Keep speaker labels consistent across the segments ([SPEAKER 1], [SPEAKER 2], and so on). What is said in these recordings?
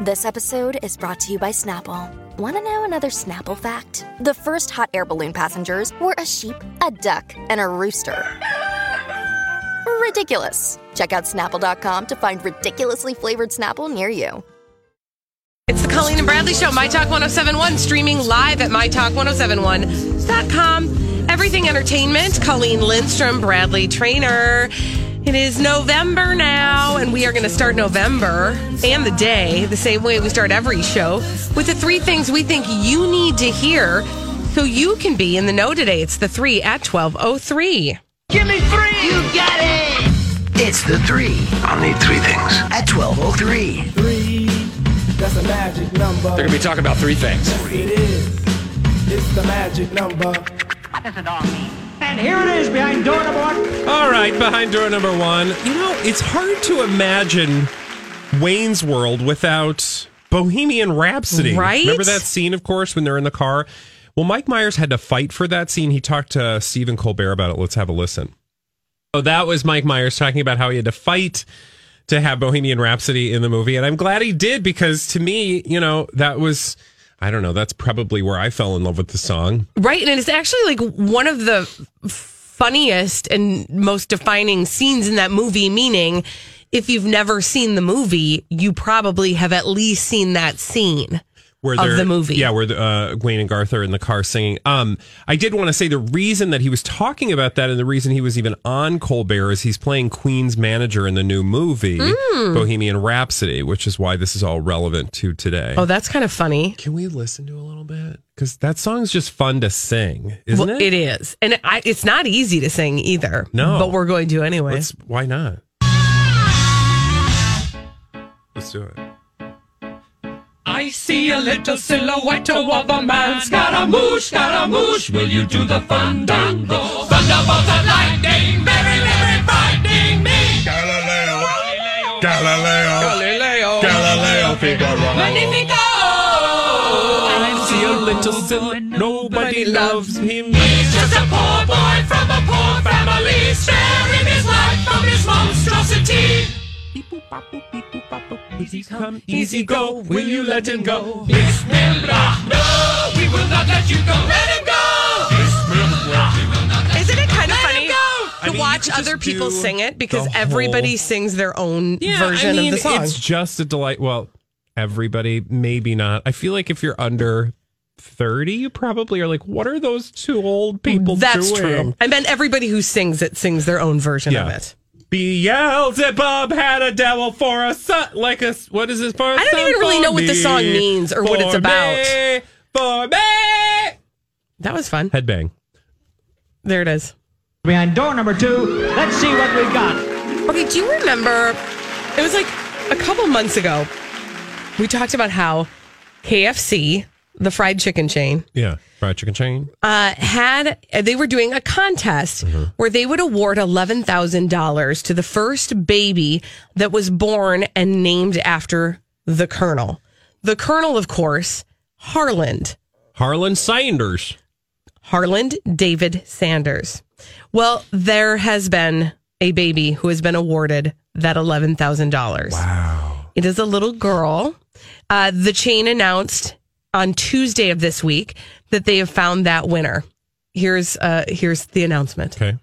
[SPEAKER 1] This episode is brought to you by Snapple. Want to know another Snapple fact? The first hot air balloon passengers were a sheep, a duck, and a rooster. Ridiculous. Check out snapple.com to find ridiculously flavored Snapple near you.
[SPEAKER 2] It's the Colleen and Bradley Show, My Talk 1071, streaming live at MyTalk1071.com. Everything Entertainment, Colleen Lindstrom, Bradley Trainer. It is November now, and we are going to start November and the day the same way we start every show with the three things we think you need to hear so you can be in the know today. It's the three at 1203.
[SPEAKER 3] Give me three. You got it. It's the three
[SPEAKER 4] I'll need three things.
[SPEAKER 3] at 1203.
[SPEAKER 5] Three, that's a magic number.
[SPEAKER 6] They're gonna be talking about three things.
[SPEAKER 5] It is. It's the magic number.
[SPEAKER 7] And here it is behind door number one.
[SPEAKER 6] All right, behind door number one. You know, it's hard to imagine Wayne's World without Bohemian Rhapsody.
[SPEAKER 2] Right?
[SPEAKER 6] Remember that scene, of course, when they're in the car? Well, Mike Myers had to fight for that scene. He talked to Stephen Colbert about it. Let's have a listen. Oh, that was Mike Myers talking about how he had to fight to have Bohemian Rhapsody in the movie. And I'm glad he did because to me, you know, that was, I don't know, that's probably where I fell in love with the song.
[SPEAKER 2] Right, and it's actually like one of the funniest and most defining scenes in that movie. Meaning, if you've never seen the movie, you probably have at least seen that scene.
[SPEAKER 6] where
[SPEAKER 2] of
[SPEAKER 6] they're-
[SPEAKER 2] the movie.
[SPEAKER 6] Yeah, where the, uh, Gwen and Garth are in the car singing. Um, I did want to say the reason that he was talking about that and the reason he was even on Colbert is he's playing Queen's manager in the new movie
[SPEAKER 2] Mm.
[SPEAKER 6] Bohemian Rhapsody, which is why this is all relevant to today.
[SPEAKER 2] Oh, that's kind of funny.
[SPEAKER 6] Can we listen to a little bit? Because that song's just fun to sing, isn't
[SPEAKER 2] Well,
[SPEAKER 6] it?
[SPEAKER 2] it is, and I, it's not easy to sing either.
[SPEAKER 6] No.
[SPEAKER 2] but we're going to anyway.
[SPEAKER 6] Let's, why not? Let's do it.
[SPEAKER 7] I see a little silhouette of a man. Scaramouche, scaramouche, will you do the fandango? Thunderbolt and lightning, very, very frightening me. Galileo, Galileo, Galileo, Galileo, Figaro. Magnifico! I see a little silhouette,
[SPEAKER 6] Nobody loves him.
[SPEAKER 7] He's just a poor boy from a poor family, sparing his life from his monstrosity.
[SPEAKER 6] Easy come, easy go. Will you let him go?
[SPEAKER 7] Bismillah, no, we will not let you go. Let him go. Bismillah.
[SPEAKER 2] Isn't it kind of
[SPEAKER 7] Let
[SPEAKER 2] funny
[SPEAKER 7] it go!
[SPEAKER 2] to
[SPEAKER 6] I mean,
[SPEAKER 2] watch
[SPEAKER 6] you could
[SPEAKER 2] other
[SPEAKER 6] just
[SPEAKER 2] people
[SPEAKER 6] do
[SPEAKER 2] sing it because
[SPEAKER 6] the whole-
[SPEAKER 2] everybody sings their own version
[SPEAKER 6] I mean,
[SPEAKER 2] of the song?
[SPEAKER 6] It's just a delight. Well, everybody, maybe not. I feel like if you're under 30, you probably are like, what are those two old people
[SPEAKER 2] That's true.
[SPEAKER 6] doing?
[SPEAKER 2] I meant everybody who sings it sings their own version of
[SPEAKER 6] Yeah.
[SPEAKER 2] it.
[SPEAKER 6] Beelzebub had a devil for a son, like a, what is this for? I
[SPEAKER 2] don't even really know what the song means or what it's about.
[SPEAKER 6] for me.
[SPEAKER 2] That was fun.
[SPEAKER 6] Headbang.
[SPEAKER 2] There it is.
[SPEAKER 7] Behind door number two, let's see what we've got.
[SPEAKER 2] Okay, do you remember? It was like a couple months ago. We talked about how KFC, the fried chicken chain,
[SPEAKER 6] Yeah. Fried chicken chain.
[SPEAKER 2] uh, had they were doing a contest where they would award eleven thousand dollars to the first baby that was born and named after the Colonel. The Colonel, of course, Harland.
[SPEAKER 6] Harlan Sanders.
[SPEAKER 2] Harland David Sanders. Well, there has been a baby who has been awarded that $11,000. Wow. It is a little girl. Uh, the chain announced on Tuesday of this week that they have found that winner. Here's uh, here's the announcement.
[SPEAKER 6] Okay.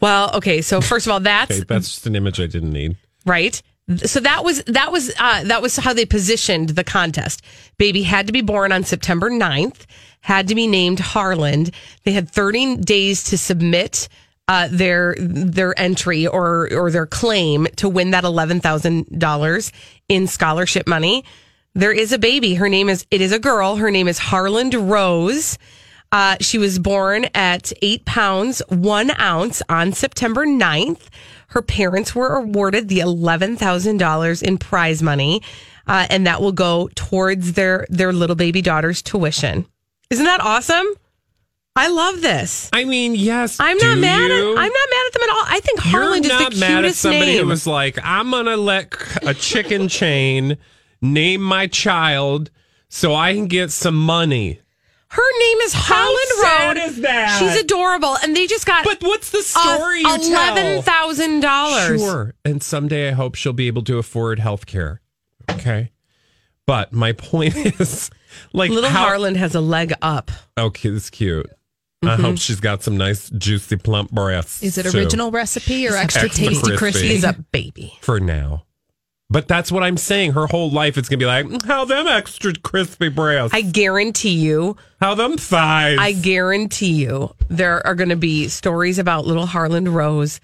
[SPEAKER 2] Well, okay. So first of all, that's
[SPEAKER 6] Okay. That's just an image I didn't need.
[SPEAKER 2] right? So that was that was uh, that was how they positioned the contest. Baby had to be born on September 9th, had to be named Harland. They had 30 days to submit uh, their their entry or or their claim to win that eleven thousand dollars in scholarship money. There is a baby. Her name is it is a girl. Her name is Harland Rose. Uh, she was born at eight pounds, one ounce on September 9th. Her parents were awarded the $11,000 in prize money, uh, and that will go towards their, their little baby daughter's tuition. Isn't that awesome? I love this.
[SPEAKER 6] I mean, yes.
[SPEAKER 2] I'm
[SPEAKER 6] do
[SPEAKER 2] not mad at I'm
[SPEAKER 6] you?
[SPEAKER 2] not mad at them at all. I think
[SPEAKER 6] You're
[SPEAKER 2] Harlan is the
[SPEAKER 6] not
[SPEAKER 2] cutest
[SPEAKER 6] mad at somebody
[SPEAKER 2] name.
[SPEAKER 6] who was like, I'm gonna let c- a chicken chain name my child so I can get some money.
[SPEAKER 2] Her name is Holland
[SPEAKER 6] sad
[SPEAKER 2] Road.
[SPEAKER 6] is that?
[SPEAKER 2] She's adorable, and they just got
[SPEAKER 6] But what's the story you tell?
[SPEAKER 2] eleven thousand dollars.
[SPEAKER 6] Sure. And someday I hope she'll be able to afford health care. Okay. But my point is like
[SPEAKER 2] Little
[SPEAKER 6] how- Oh,
[SPEAKER 2] Harlan has a leg up.
[SPEAKER 6] Okay, that's cute. I
[SPEAKER 2] Mm-hmm.
[SPEAKER 6] hope she's got some nice juicy plump breasts.
[SPEAKER 4] Is it
[SPEAKER 6] too,
[SPEAKER 4] original recipe or extra
[SPEAKER 6] Extra
[SPEAKER 4] tasty
[SPEAKER 6] crispy.
[SPEAKER 4] crispy?
[SPEAKER 2] He's a baby.
[SPEAKER 6] for now? But that's what I'm saying. Her whole life it's gonna be like, "Mm, how them extra crispy breasts.
[SPEAKER 2] I guarantee you.
[SPEAKER 6] how them thighs.
[SPEAKER 2] I guarantee you. There are going to be stories about little Harlan Rose,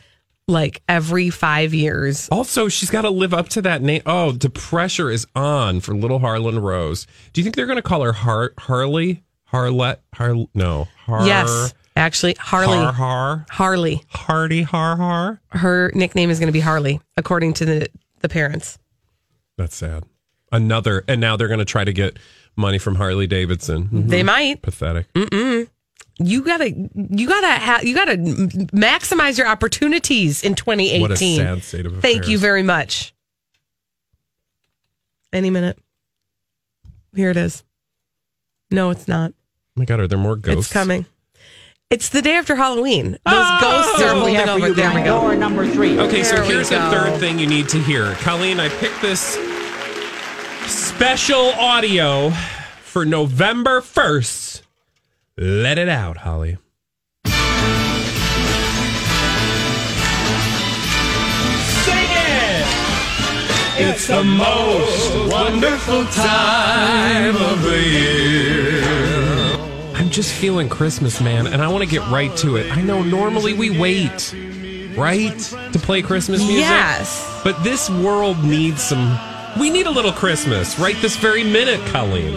[SPEAKER 2] like every five years.
[SPEAKER 6] Also, she's got to live up to that name. Oh, the pressure is on for little Harlan Rose. Do you think they're going to call her Har- Harley? Harlette? Har- no. Har-
[SPEAKER 2] yes, actually, Harley.
[SPEAKER 6] Har Har?
[SPEAKER 2] Harley.
[SPEAKER 6] Hardy Har Har?
[SPEAKER 2] Her nickname is going to be Harley, according to the the parents.
[SPEAKER 6] That's sad. Another. And now they're going to try to get money from Harley Davidson. Mhm.
[SPEAKER 2] They might.
[SPEAKER 6] Pathetic. Oh
[SPEAKER 2] You gotta. You gotta. Ha- you gotta m- maximize your opportunities in 2018.
[SPEAKER 6] What a sad state of affairs.
[SPEAKER 2] Thank you very much. Any minute. Here it is. No, it's not.
[SPEAKER 6] Oh my God, are there more ghosts? Oh!
[SPEAKER 2] It's coming. It's the day after Halloween. Those ghosts are
[SPEAKER 6] What
[SPEAKER 2] holding over. There we go.
[SPEAKER 6] Okay, so
[SPEAKER 2] There we
[SPEAKER 6] here's the
[SPEAKER 2] go.
[SPEAKER 6] third thing you need to hear. Colleen, I picked this special audio for November 1st. Let it out, Holly. Sing it! It's the most wonderful time of the year. I'm just feeling Christmas, man, and I want to get right to it. I know normally we wait, right, to play Christmas music.
[SPEAKER 2] Yes.
[SPEAKER 6] But this world needs some. We need a little Christmas right this very minute, Colleen.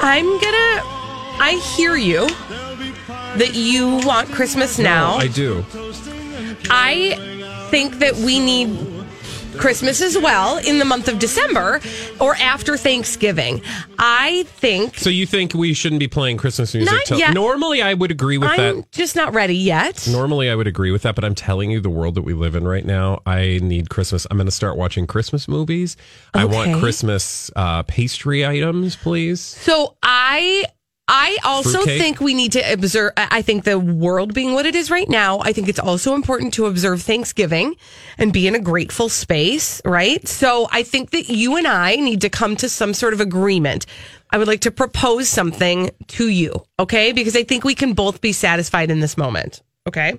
[SPEAKER 2] I'm gonna. I hear you. That you want Christmas now.
[SPEAKER 6] I do.
[SPEAKER 2] I think that we need Christmas as well in the month of December or after Thanksgiving. I think
[SPEAKER 6] So you think we shouldn't be playing Christmas music?
[SPEAKER 2] Not yet.
[SPEAKER 6] Normally, I would agree with
[SPEAKER 2] I'm
[SPEAKER 6] that.
[SPEAKER 2] just not ready yet.
[SPEAKER 6] Normally, I would agree with that, but I'm telling you, the world that we live in right now, I need Christmas. I'm going to start watching Christmas movies. I want
[SPEAKER 2] Okay.
[SPEAKER 6] Christmas uh, pastry items, please.
[SPEAKER 2] So I I also
[SPEAKER 6] Fruitcake?
[SPEAKER 2] think we need to observe I I think the world being what it is right now, I think it's also important to observe Thanksgiving and be in a grateful space, right? So I think that you and I need to come to some sort of agreement. I would like to propose something to you, okay? Because I think we can both be satisfied in this moment, okay?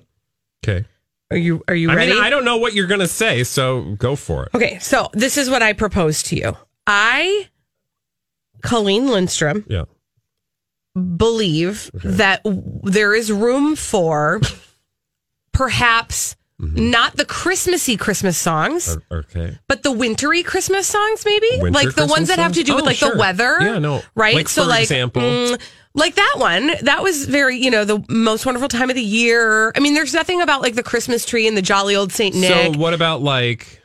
[SPEAKER 6] Okay.
[SPEAKER 2] Are you are you
[SPEAKER 6] I
[SPEAKER 2] ready?
[SPEAKER 6] mean, I don't know what you're going to say, so go for it.
[SPEAKER 2] okay, so this is what I propose to you. I Colleen Lindstrom
[SPEAKER 6] Yeah.
[SPEAKER 2] believe that w- there is room for perhaps
[SPEAKER 6] Mm-hmm.
[SPEAKER 2] not the Christmassy Christmas songs,
[SPEAKER 6] O- Okay.
[SPEAKER 2] but the wintry Christmas songs, maybe
[SPEAKER 6] Winter
[SPEAKER 2] like the
[SPEAKER 6] Christmas
[SPEAKER 2] ones that have to do
[SPEAKER 6] songs?
[SPEAKER 2] with
[SPEAKER 6] Oh,
[SPEAKER 2] like
[SPEAKER 6] sure.
[SPEAKER 2] the weather.
[SPEAKER 6] Yeah, no.
[SPEAKER 2] right? mm,
[SPEAKER 6] Like, for example-
[SPEAKER 2] like that one, that was very you know the most wonderful time of the year. I mean, there's nothing about like the Christmas tree and the jolly old Saint Nick.
[SPEAKER 6] So what about like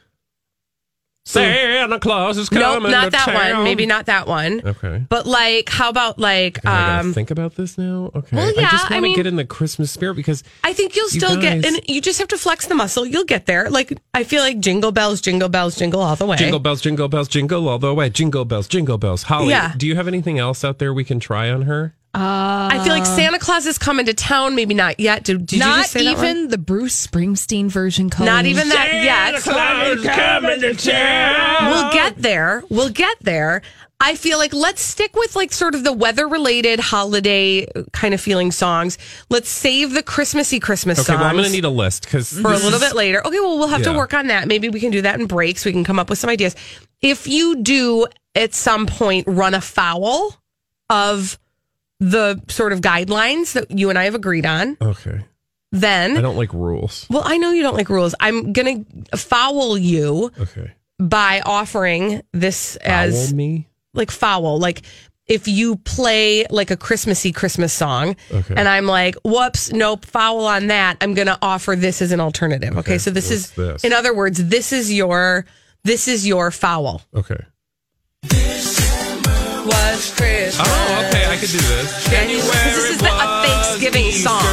[SPEAKER 6] Santa Claus is
[SPEAKER 2] nope,
[SPEAKER 6] coming?
[SPEAKER 2] not
[SPEAKER 6] to
[SPEAKER 2] that
[SPEAKER 6] town?
[SPEAKER 2] one. Maybe not that one.
[SPEAKER 6] Okay.
[SPEAKER 2] But like, how about like?
[SPEAKER 6] God, I gotta
[SPEAKER 2] um,
[SPEAKER 6] think about this now. Okay.
[SPEAKER 2] well,
[SPEAKER 6] I
[SPEAKER 2] yeah,
[SPEAKER 6] just want to
[SPEAKER 2] I mean-
[SPEAKER 6] get in the Christmas spirit because
[SPEAKER 2] I think you'll
[SPEAKER 6] You
[SPEAKER 2] still get,
[SPEAKER 6] guys-
[SPEAKER 2] and you just have to flex the muscle. You'll get there. Like I feel like jingle bells, jingle bells, jingle all the way.
[SPEAKER 6] jingle bells, jingle bells, jingle all the way, jingle bells, jingle bells. Holly,
[SPEAKER 2] Yeah.
[SPEAKER 6] do you have anything else out there we can try on her?
[SPEAKER 2] I feel like Santa Claus is coming to town. Maybe not yet. Did, did you just
[SPEAKER 4] Uh. Not
[SPEAKER 2] say that one?
[SPEAKER 4] even the Bruce Springsteen version. Colleen.
[SPEAKER 2] Not even that yet.
[SPEAKER 6] Claus is coming to town.
[SPEAKER 2] We'll get there. We'll get there. I feel like let's stick with like sort of the weather related holiday kind of feeling songs. Let's save the Christmassy Christmas
[SPEAKER 6] Okay,
[SPEAKER 2] songs
[SPEAKER 6] well, I'm gonna need a list because
[SPEAKER 2] for a little bit later. Okay, well, we'll have
[SPEAKER 6] Yeah.
[SPEAKER 2] to work on that. Maybe we can do that in breaks. We can come up with some ideas. If you do at some point run afoul of the sort of guidelines that you and I have agreed on,
[SPEAKER 6] Okay, I
[SPEAKER 2] then,
[SPEAKER 6] don't like rules.
[SPEAKER 2] well, I know you don't like rules. I'm going to foul you
[SPEAKER 6] Okay,
[SPEAKER 2] by offering this as
[SPEAKER 6] Owl me.
[SPEAKER 2] like foul, like if you play like a Christmassy Christmas song
[SPEAKER 6] Okay.
[SPEAKER 2] and I'm like, whoops, nope, foul on that, I'm going to offer this as an alternative. Okay. so this
[SPEAKER 6] what's
[SPEAKER 2] is,
[SPEAKER 6] this?
[SPEAKER 2] in other words, this is your, this is your foul.
[SPEAKER 6] Okay.
[SPEAKER 2] Was Christmas.
[SPEAKER 6] Oh, okay. I could do this.
[SPEAKER 2] January This is the- a was Thanksgiving song.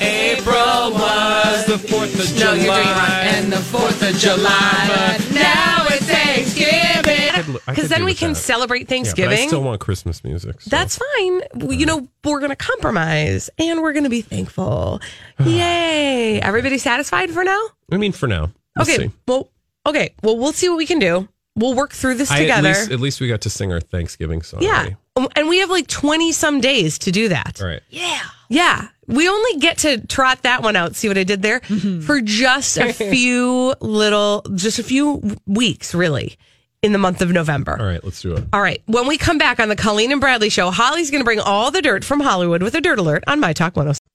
[SPEAKER 7] April was
[SPEAKER 6] the Fourth of
[SPEAKER 2] No, you're doing it wrong.
[SPEAKER 7] and the 4th of July. But now it's Thanksgiving.
[SPEAKER 2] Because then we can celebrate Thanksgiving.
[SPEAKER 6] I still want Christmas music. so.
[SPEAKER 2] That's fine. We, you know, we're going to compromise and we're going to be thankful. Yay. Everybody satisfied for now?
[SPEAKER 6] I mean, for now. We'll
[SPEAKER 2] okay.
[SPEAKER 6] see.
[SPEAKER 2] Well, okay. Well, we'll see what we can do. We'll work through this
[SPEAKER 6] I, at,
[SPEAKER 2] together.
[SPEAKER 6] least, at least we got to sing our Thanksgiving song.
[SPEAKER 2] yeah.
[SPEAKER 6] already.
[SPEAKER 2] Um, And we have like 20 some days to do that.
[SPEAKER 6] All right.
[SPEAKER 2] Yeah. We only get to trot that one out. See what I did there? For just a few little, just a few weeks, really, in the month of November.
[SPEAKER 6] All right. Let's do it.
[SPEAKER 2] All right. When we come back on the Colleen and Bradley show, Holly's going to bring all the dirt from Hollywood with a dirt alert on My Talk 106.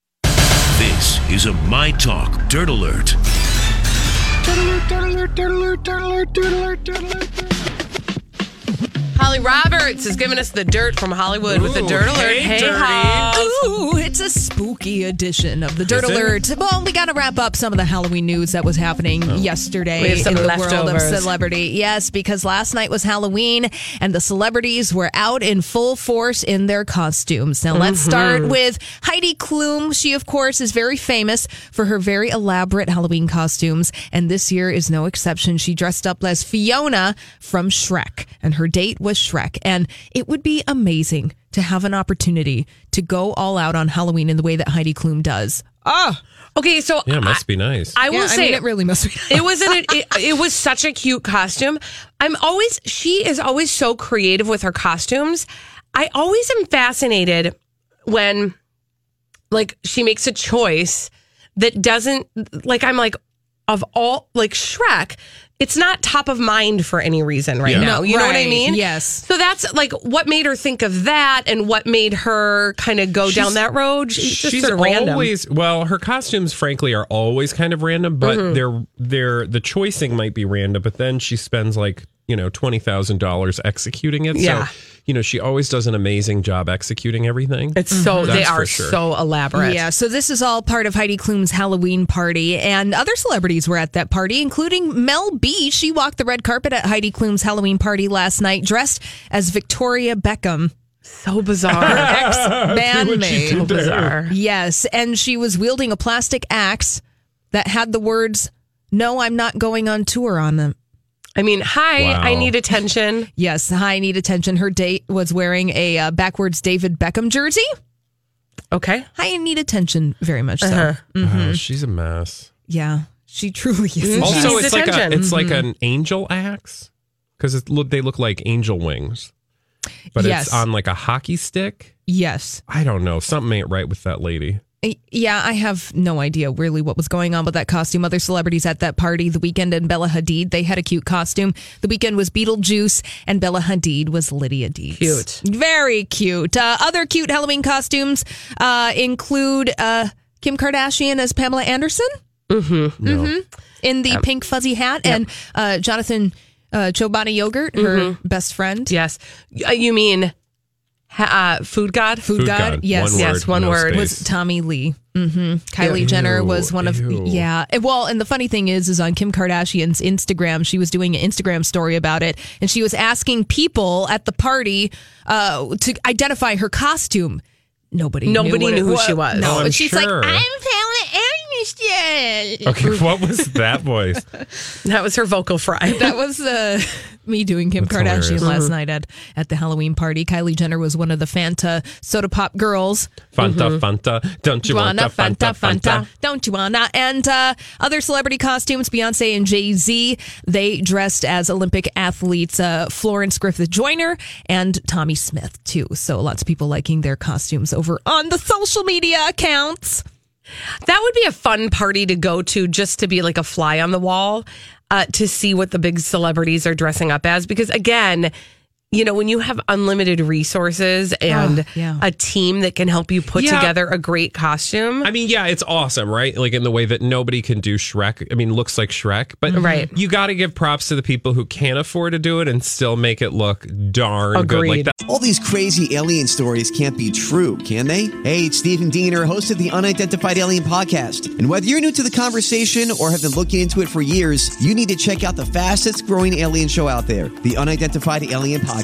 [SPEAKER 8] This is a My Talk Dirt Alert.
[SPEAKER 2] Holly Roberts is giving us the dirt from Hollywood with a
[SPEAKER 6] Ooh,
[SPEAKER 2] dirt alert.
[SPEAKER 6] hey,
[SPEAKER 2] Hey,
[SPEAKER 6] dirty.
[SPEAKER 2] Hol.
[SPEAKER 4] Ooh, it's a spooky edition of the Dirt
[SPEAKER 6] Is it?
[SPEAKER 4] Alert. Well, we got to wrap up some of the Halloween news that was happening
[SPEAKER 6] Oh.
[SPEAKER 4] yesterday
[SPEAKER 2] We have some
[SPEAKER 4] in the world of
[SPEAKER 2] leftovers.
[SPEAKER 4] celebrity. Yes, because last night was Halloween and the celebrities were out in full force in their costumes. Now,
[SPEAKER 2] Mm-hmm.
[SPEAKER 4] let's start with Heidi Klum. She, of course, is very famous for her very elaborate Halloween costumes, and this year is no exception. She dressed up as Fiona from Shrek, and her date was Shrek. And it would be amazing to have an opportunity to go all out on Halloween in the way that Heidi Klum does. Ah,
[SPEAKER 2] Okay, so
[SPEAKER 6] Yeah, it must be nice.
[SPEAKER 2] I will
[SPEAKER 4] yeah, I
[SPEAKER 2] say
[SPEAKER 4] mean, it really must be.
[SPEAKER 2] it was an, it, it was such a cute costume. I'm always she is always so creative with her costumes. I always am fascinated when like she makes a choice that doesn't like I'm like of all like Shrek, it's not top of mind for any reason right
[SPEAKER 6] Yeah.
[SPEAKER 2] now. You know what I
[SPEAKER 4] Right,
[SPEAKER 2] mean?
[SPEAKER 4] yes.
[SPEAKER 2] So that's like what made her think of that and what made her kind of go down that road. She's just sort of random.
[SPEAKER 6] always well. Her costumes, frankly, are always kind of random, but
[SPEAKER 2] Mm-hmm.
[SPEAKER 6] they're they're the choicing might be random, but then she spends like you know twenty thousand dollars executing it.
[SPEAKER 2] Yeah.
[SPEAKER 6] So you know she always does an amazing job executing everything.
[SPEAKER 2] it's so they
[SPEAKER 6] Mm-hmm. That's for
[SPEAKER 2] are
[SPEAKER 6] sure.
[SPEAKER 2] so elaborate.
[SPEAKER 4] Yeah, so this is all part of Heidi Klum's Halloween party, and other celebrities were at that party, including Mel B. She walked the red carpet at Heidi Klum's Halloween party last night, dressed as Victoria Beckham,
[SPEAKER 2] So bizarre.
[SPEAKER 4] ex
[SPEAKER 6] she
[SPEAKER 4] bandmate.
[SPEAKER 6] did.
[SPEAKER 2] bizarre.
[SPEAKER 4] Yes, and she was wielding a plastic axe that had the words "No, I'm not going on tour" on them.
[SPEAKER 2] I mean, hi,
[SPEAKER 6] Wow.
[SPEAKER 2] I need attention.
[SPEAKER 4] Yes, hi, need attention. Her date was wearing a uh, backwards David Beckham jersey.
[SPEAKER 2] Okay.
[SPEAKER 4] Hi, need attention very much. So,
[SPEAKER 2] Mm-hmm.
[SPEAKER 6] Wow, Oh, she's a mess.
[SPEAKER 4] yeah, she truly is.
[SPEAKER 6] Also,
[SPEAKER 2] needs
[SPEAKER 6] it's like a,
[SPEAKER 2] attention.
[SPEAKER 6] it's like an angel axe because look they look like angel wings, but
[SPEAKER 4] Yes.
[SPEAKER 6] it's on like a hockey stick.
[SPEAKER 4] Yes.
[SPEAKER 6] I don't know. Something ain't right with that lady.
[SPEAKER 4] Yeah, I have no idea really what was going on with that costume. Other celebrities at that party, The Weekend and Bella Hadid, they had a cute costume. The Weekend was Beetlejuice, and Bella Hadid was Lydia Deeds.
[SPEAKER 2] Cute.
[SPEAKER 4] Very cute. Uh, other cute Halloween costumes uh, include uh, Kim Kardashian as Pamela Anderson Mm-hmm.
[SPEAKER 6] No.
[SPEAKER 4] in the pink fuzzy hat, and uh, Jonathan uh, Chobani Yogurt, her best friend.
[SPEAKER 2] Yes. Uh, You mean ha- uh, food god?
[SPEAKER 4] Food,
[SPEAKER 6] Food
[SPEAKER 4] God,
[SPEAKER 6] God,
[SPEAKER 4] yes,
[SPEAKER 6] one
[SPEAKER 2] Yes,
[SPEAKER 6] word,
[SPEAKER 2] one
[SPEAKER 6] no
[SPEAKER 2] word.
[SPEAKER 6] space.
[SPEAKER 4] was Tommy Lee. hmm Kylie Jenner was one of
[SPEAKER 6] ew.
[SPEAKER 4] yeah. And, Well, and the funny thing is, is on Kim Kardashian's Instagram, she was doing an Instagram story about it, and she was asking people at the party uh, to identify her costume. Nobody,
[SPEAKER 2] Nobody
[SPEAKER 4] knew, what it
[SPEAKER 2] knew who she was.
[SPEAKER 4] No,
[SPEAKER 6] Oh, I'm
[SPEAKER 4] but she's like,
[SPEAKER 6] sure.
[SPEAKER 4] I'm Pamela Anderson.
[SPEAKER 6] Okay, what was that voice?
[SPEAKER 2] That was her vocal fry.
[SPEAKER 4] That was uh, me doing Kim
[SPEAKER 6] That's
[SPEAKER 4] Kardashian
[SPEAKER 6] hilarious.
[SPEAKER 4] last
[SPEAKER 2] Mm-hmm.
[SPEAKER 4] night at at the Halloween party. Kylie Jenner was one of the Fanta soda pop girls.
[SPEAKER 2] Mm-hmm.
[SPEAKER 6] Fanta, Fanta. Don't you want
[SPEAKER 4] Juana,
[SPEAKER 6] a Fanta, Fanta?
[SPEAKER 4] Don't Juana. And uh, other celebrity costumes, Beyonce and Jay Z, they dressed as Olympic athletes uh, Florence Griffith Joyner and Tommy Smith, too. So lots of people liking their costumes over on the social media accounts.
[SPEAKER 2] that would be a fun party to go to just to be like a fly Uh, on the wall uh, to see what the big celebrities are dressing up as. Because again, you know, when you have unlimited resources and
[SPEAKER 4] Ah, yeah.
[SPEAKER 2] a team that can help you put
[SPEAKER 6] Yeah.
[SPEAKER 2] together a great costume.
[SPEAKER 6] I mean, yeah, it's awesome, right? Like in the way that nobody can do Shrek. I mean, looks like Shrek, but
[SPEAKER 2] Mm-hmm. Right.
[SPEAKER 6] you got to give props to the people who can afford to do it and still make it look darn good. Like
[SPEAKER 2] Agreed.
[SPEAKER 6] that.
[SPEAKER 9] All these crazy alien stories can't be true, can they? Hey, it's Stephen Diener, host of the Unidentified Alien Podcast. And whether you're new to the conversation or have been looking into it for years, you need to check out the fastest growing alien show out there, the Unidentified Alien Podcast,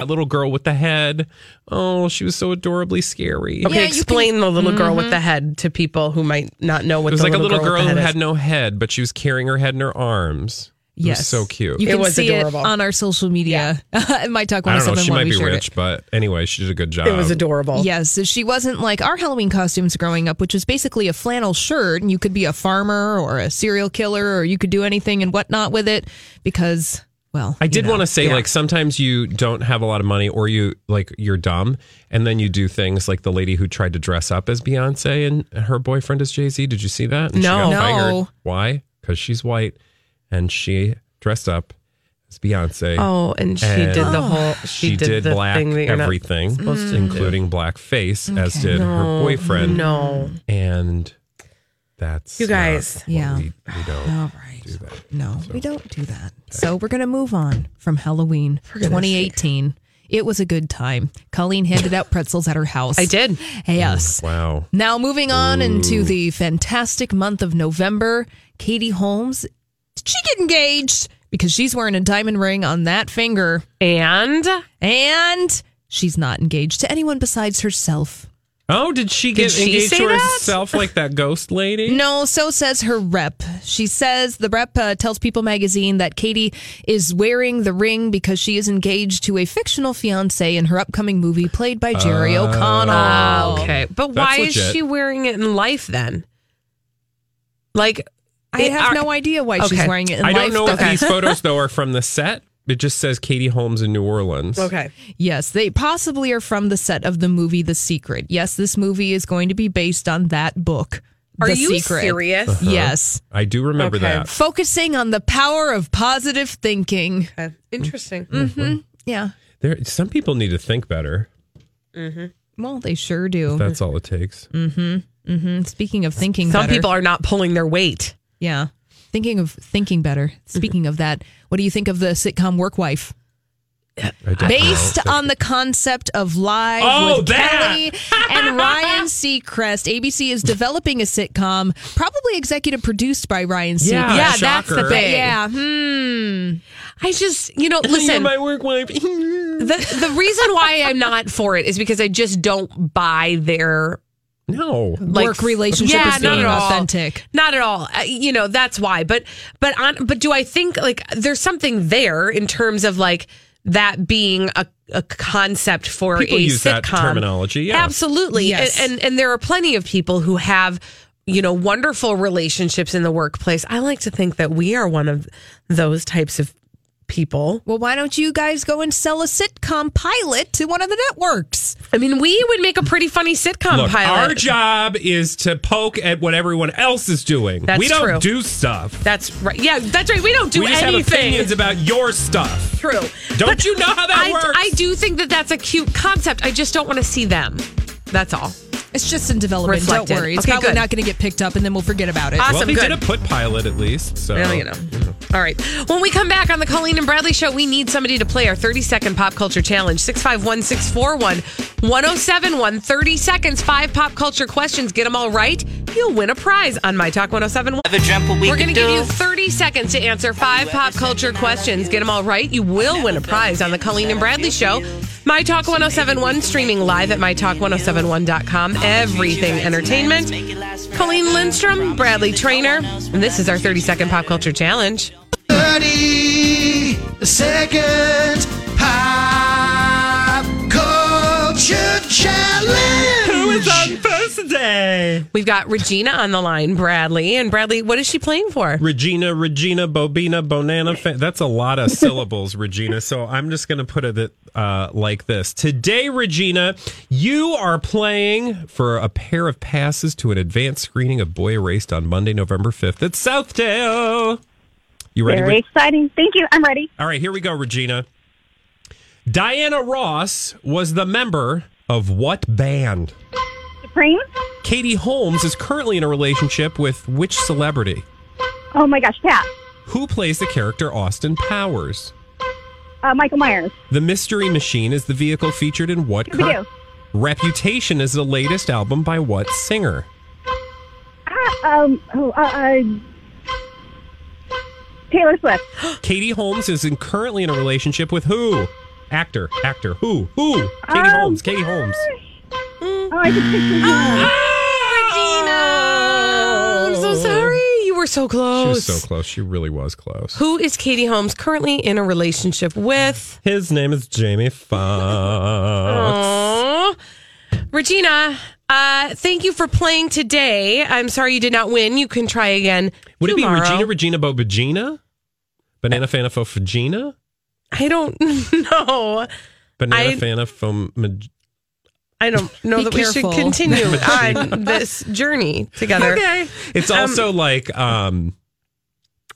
[SPEAKER 6] That little girl with the head. Oh, she was so adorably scary.
[SPEAKER 2] Okay,
[SPEAKER 4] Yeah, you Mm-hmm.
[SPEAKER 2] explain the little girl with the head to people who might not know what
[SPEAKER 6] It was
[SPEAKER 2] the
[SPEAKER 6] like a little girl,
[SPEAKER 2] with the
[SPEAKER 6] who
[SPEAKER 2] head
[SPEAKER 6] had
[SPEAKER 2] is.
[SPEAKER 6] no head, but she was carrying her head in her arms. It was
[SPEAKER 4] Yes.
[SPEAKER 6] so cute.
[SPEAKER 4] You
[SPEAKER 2] It
[SPEAKER 4] can
[SPEAKER 2] was
[SPEAKER 4] see
[SPEAKER 2] adorable.
[SPEAKER 4] it on our social media. It might talk
[SPEAKER 6] I don't know.
[SPEAKER 4] 107
[SPEAKER 6] She might
[SPEAKER 4] we
[SPEAKER 6] be
[SPEAKER 4] shared
[SPEAKER 6] rich,
[SPEAKER 4] It.
[SPEAKER 6] but anyway, she did a good job.
[SPEAKER 2] It was adorable.
[SPEAKER 4] Yes, so she wasn't like our Halloween costumes growing up, which was basically a flannel shirt, and you could be a farmer or a serial killer, or you could do anything and whatnot with it because, well,
[SPEAKER 6] I
[SPEAKER 4] you
[SPEAKER 6] did
[SPEAKER 4] know.
[SPEAKER 6] want to say,
[SPEAKER 4] Yeah.
[SPEAKER 6] like, sometimes you don't have a lot of money or you, like, you're dumb. And then you do things like the lady who tried to dress up as Beyonce and her boyfriend is Jay Z. Did you see that? And
[SPEAKER 2] No.
[SPEAKER 6] She got
[SPEAKER 4] No.
[SPEAKER 6] Fired. Why? Because she's white and she dressed up as Beyonce.
[SPEAKER 2] Oh, and she
[SPEAKER 6] And
[SPEAKER 2] did the whole. She,
[SPEAKER 6] She, did,
[SPEAKER 2] the
[SPEAKER 6] black
[SPEAKER 2] thing that you're not
[SPEAKER 6] everything,
[SPEAKER 2] supposed to do.
[SPEAKER 6] including blackface, as did her boyfriend.
[SPEAKER 2] No,
[SPEAKER 6] And that's.
[SPEAKER 2] You
[SPEAKER 6] not
[SPEAKER 2] guys.
[SPEAKER 6] what
[SPEAKER 4] Yeah.
[SPEAKER 6] We, we don't
[SPEAKER 4] All right.
[SPEAKER 6] do that.
[SPEAKER 4] No, we don't do that. So we're going to move on from Halloween 2018. It was a good time. Colleen handed out pretzels at her house.
[SPEAKER 2] I did.
[SPEAKER 4] Yes.
[SPEAKER 6] Wow.
[SPEAKER 4] Now, moving on into the fantastic month of November, Katie Holmes, did she get engaged? Because she's wearing a diamond ring on that finger.
[SPEAKER 2] And
[SPEAKER 4] And she's not engaged to anyone besides herself.
[SPEAKER 6] Oh, did she get
[SPEAKER 2] she
[SPEAKER 6] engaged
[SPEAKER 2] say
[SPEAKER 6] to
[SPEAKER 2] that?
[SPEAKER 6] herself like that ghost lady?
[SPEAKER 4] No, so says her rep. She says the rep uh, tells People magazine that Katie is wearing the ring because she is engaged to a fictional fiance in her upcoming movie played by Jerry
[SPEAKER 6] Oh.
[SPEAKER 4] O'Connell.
[SPEAKER 2] okay, but
[SPEAKER 6] That's
[SPEAKER 2] why is
[SPEAKER 6] legit.
[SPEAKER 2] she wearing it in life then? Like,
[SPEAKER 4] I
[SPEAKER 2] it-
[SPEAKER 4] have
[SPEAKER 2] are-
[SPEAKER 4] no idea why she's
[SPEAKER 2] Okay.
[SPEAKER 4] wearing it in
[SPEAKER 6] I don't
[SPEAKER 4] life.
[SPEAKER 6] know
[SPEAKER 4] though.
[SPEAKER 6] if these photos though are from the set. It just says Katie Holmes in New Orleans.
[SPEAKER 2] Okay,
[SPEAKER 4] Yes, they possibly are from the set of the movie The Secret. Yes, this movie is going to be based on that book.
[SPEAKER 2] are
[SPEAKER 4] The
[SPEAKER 2] you
[SPEAKER 4] Secret.
[SPEAKER 2] serious?
[SPEAKER 6] Uh-huh.
[SPEAKER 4] Yes.
[SPEAKER 6] I do remember
[SPEAKER 2] Okay.
[SPEAKER 6] that.
[SPEAKER 4] Focusing on the power of positive thinking.
[SPEAKER 2] Okay. Interesting.
[SPEAKER 4] Yeah.
[SPEAKER 6] There, some people need to think better.
[SPEAKER 2] Mm-hmm.
[SPEAKER 4] Well, they sure do.
[SPEAKER 6] That's all it takes.
[SPEAKER 2] Mm-hmm.
[SPEAKER 4] Mm, Speaking of thinking
[SPEAKER 2] Some
[SPEAKER 4] better.
[SPEAKER 2] people are not pulling their weight.
[SPEAKER 4] Yeah. Thinking of thinking better. Speaking of that, what do you think of the sitcom Work Wife?
[SPEAKER 6] I don't
[SPEAKER 4] Based
[SPEAKER 6] know.
[SPEAKER 4] on the concept of Live
[SPEAKER 6] Oh,
[SPEAKER 4] with
[SPEAKER 6] that!
[SPEAKER 4] Kelly and Ryan Seacrest, ABC is developing a sitcom, probably executive produced by Ryan Seacrest.
[SPEAKER 6] Yeah, Yeah, that's the Ah, shocker. thing.
[SPEAKER 4] Yeah, hmm.
[SPEAKER 2] I just, you know,
[SPEAKER 6] You're
[SPEAKER 2] listen.
[SPEAKER 6] my work wife.
[SPEAKER 2] the the reason why I'm not for it is because I just don't buy their
[SPEAKER 6] no.
[SPEAKER 2] like
[SPEAKER 4] Work relationship
[SPEAKER 2] yeah,
[SPEAKER 4] is
[SPEAKER 2] not
[SPEAKER 4] being
[SPEAKER 2] at all.
[SPEAKER 4] authentic.
[SPEAKER 2] Not at all. Uh, you know that's why. But but on but do I think like there's something there in terms of like that being a, a concept for
[SPEAKER 6] People
[SPEAKER 2] a
[SPEAKER 6] use that
[SPEAKER 2] sitcom
[SPEAKER 6] terminology, yeah.
[SPEAKER 2] Absolutely.
[SPEAKER 4] Yes.
[SPEAKER 2] And, and and there are plenty of people who have you know wonderful relationships in the workplace. I like to think that we are one of those types of people.
[SPEAKER 4] Well, why don't you guys go and sell a sitcom pilot to one of the networks?
[SPEAKER 2] I mean, we would make a pretty funny sitcom
[SPEAKER 6] Look,
[SPEAKER 2] pilot.
[SPEAKER 6] our job is to poke at what everyone else is doing.
[SPEAKER 2] That's
[SPEAKER 6] we don't
[SPEAKER 2] true.
[SPEAKER 6] do stuff.
[SPEAKER 2] That's right. Yeah, that's right. We don't do
[SPEAKER 6] we just have
[SPEAKER 2] anything.
[SPEAKER 6] opinions about your stuff.
[SPEAKER 2] True.
[SPEAKER 6] Don't you know how that
[SPEAKER 2] I,
[SPEAKER 6] works?
[SPEAKER 2] I do think that that's a cute concept. I just don't want to see them. That's all.
[SPEAKER 4] It's just in development.
[SPEAKER 2] Reflected.
[SPEAKER 4] Don't worry. It's
[SPEAKER 2] Okay,
[SPEAKER 4] probably
[SPEAKER 2] good.
[SPEAKER 4] not going to get picked up, and then we'll forget about it.
[SPEAKER 2] Awesome.
[SPEAKER 6] well, they
[SPEAKER 2] good.
[SPEAKER 6] did a Oh. put pilot at least. So
[SPEAKER 2] Well, you know. All right. When we come back on the Colleen and Bradley show, we need somebody to play our 30 second pop culture challenge 651 oh 641 1071. 30 seconds, five pop culture questions. Get them all right. you'll win a prize on My Talk 107. We're going to give you 30 seconds to answer five pop culture questions. Get them all right. You will win a prize on The Colleen and Bradley Show. My Talk 1071, streaming live at MyTalk1071.com. Everything entertainment. Colleen Lindstrom, Bradley Trainer. And this is our 30 second pop culture challenge.
[SPEAKER 3] 30 second pop culture challenge.
[SPEAKER 2] Who is on first day? We've got Regina on the line, Bradley. And Bradley, what is she playing for?
[SPEAKER 6] Regina, Regina, Bobina, Bonana. Fa- that's a lot of syllables, Regina. So I'm just going to put it that, uh, like this. Today, Regina, you are playing for a pair of passes to an advanced screening of Boy Erased on Monday, November 5th at Southdale. You ready?
[SPEAKER 10] Very
[SPEAKER 6] Re-
[SPEAKER 10] exciting. Thank you. I'm ready.
[SPEAKER 6] All right, here we go, Regina. Diana Ross was the member of what band?
[SPEAKER 10] Supreme.
[SPEAKER 6] Katie Holmes is currently in a relationship with which celebrity?
[SPEAKER 10] Oh my gosh, Pat.
[SPEAKER 6] Who plays the character Austin Powers?
[SPEAKER 10] Uh, Michael Myers.
[SPEAKER 6] The Mystery Machine is the vehicle featured in what?
[SPEAKER 10] Scooby-Doo.
[SPEAKER 6] Reputation is the latest album by what singer?
[SPEAKER 10] Uh, um. Oh, uh, uh, Taylor Swift.
[SPEAKER 6] Katie Holmes is in, currently in a relationship with who? Actor, actor, who, who? Katie
[SPEAKER 10] Um,
[SPEAKER 6] Holmes, Katie Holmes.
[SPEAKER 10] Oh, I just pictured her.
[SPEAKER 2] Ah, Regina! I'm so sorry. You were so close.
[SPEAKER 6] She was so close. She really was close.
[SPEAKER 2] Who is Katie Holmes currently in a relationship with?
[SPEAKER 6] His name is Jamie Foxx.
[SPEAKER 2] Aw. Regina, uh, thank you for playing today. I'm sorry you did not win. You can try again.
[SPEAKER 6] Would it be
[SPEAKER 2] tomorrow. Uh,
[SPEAKER 6] Regina, Regina, Bobagina? Banana Fana Fofagina?
[SPEAKER 2] I don't know.
[SPEAKER 6] Banana
[SPEAKER 2] I-
[SPEAKER 6] Fana from
[SPEAKER 2] I don't know
[SPEAKER 4] Be
[SPEAKER 2] that
[SPEAKER 4] careful.
[SPEAKER 2] we should continue on this journey together.
[SPEAKER 6] Okay. It's also like um,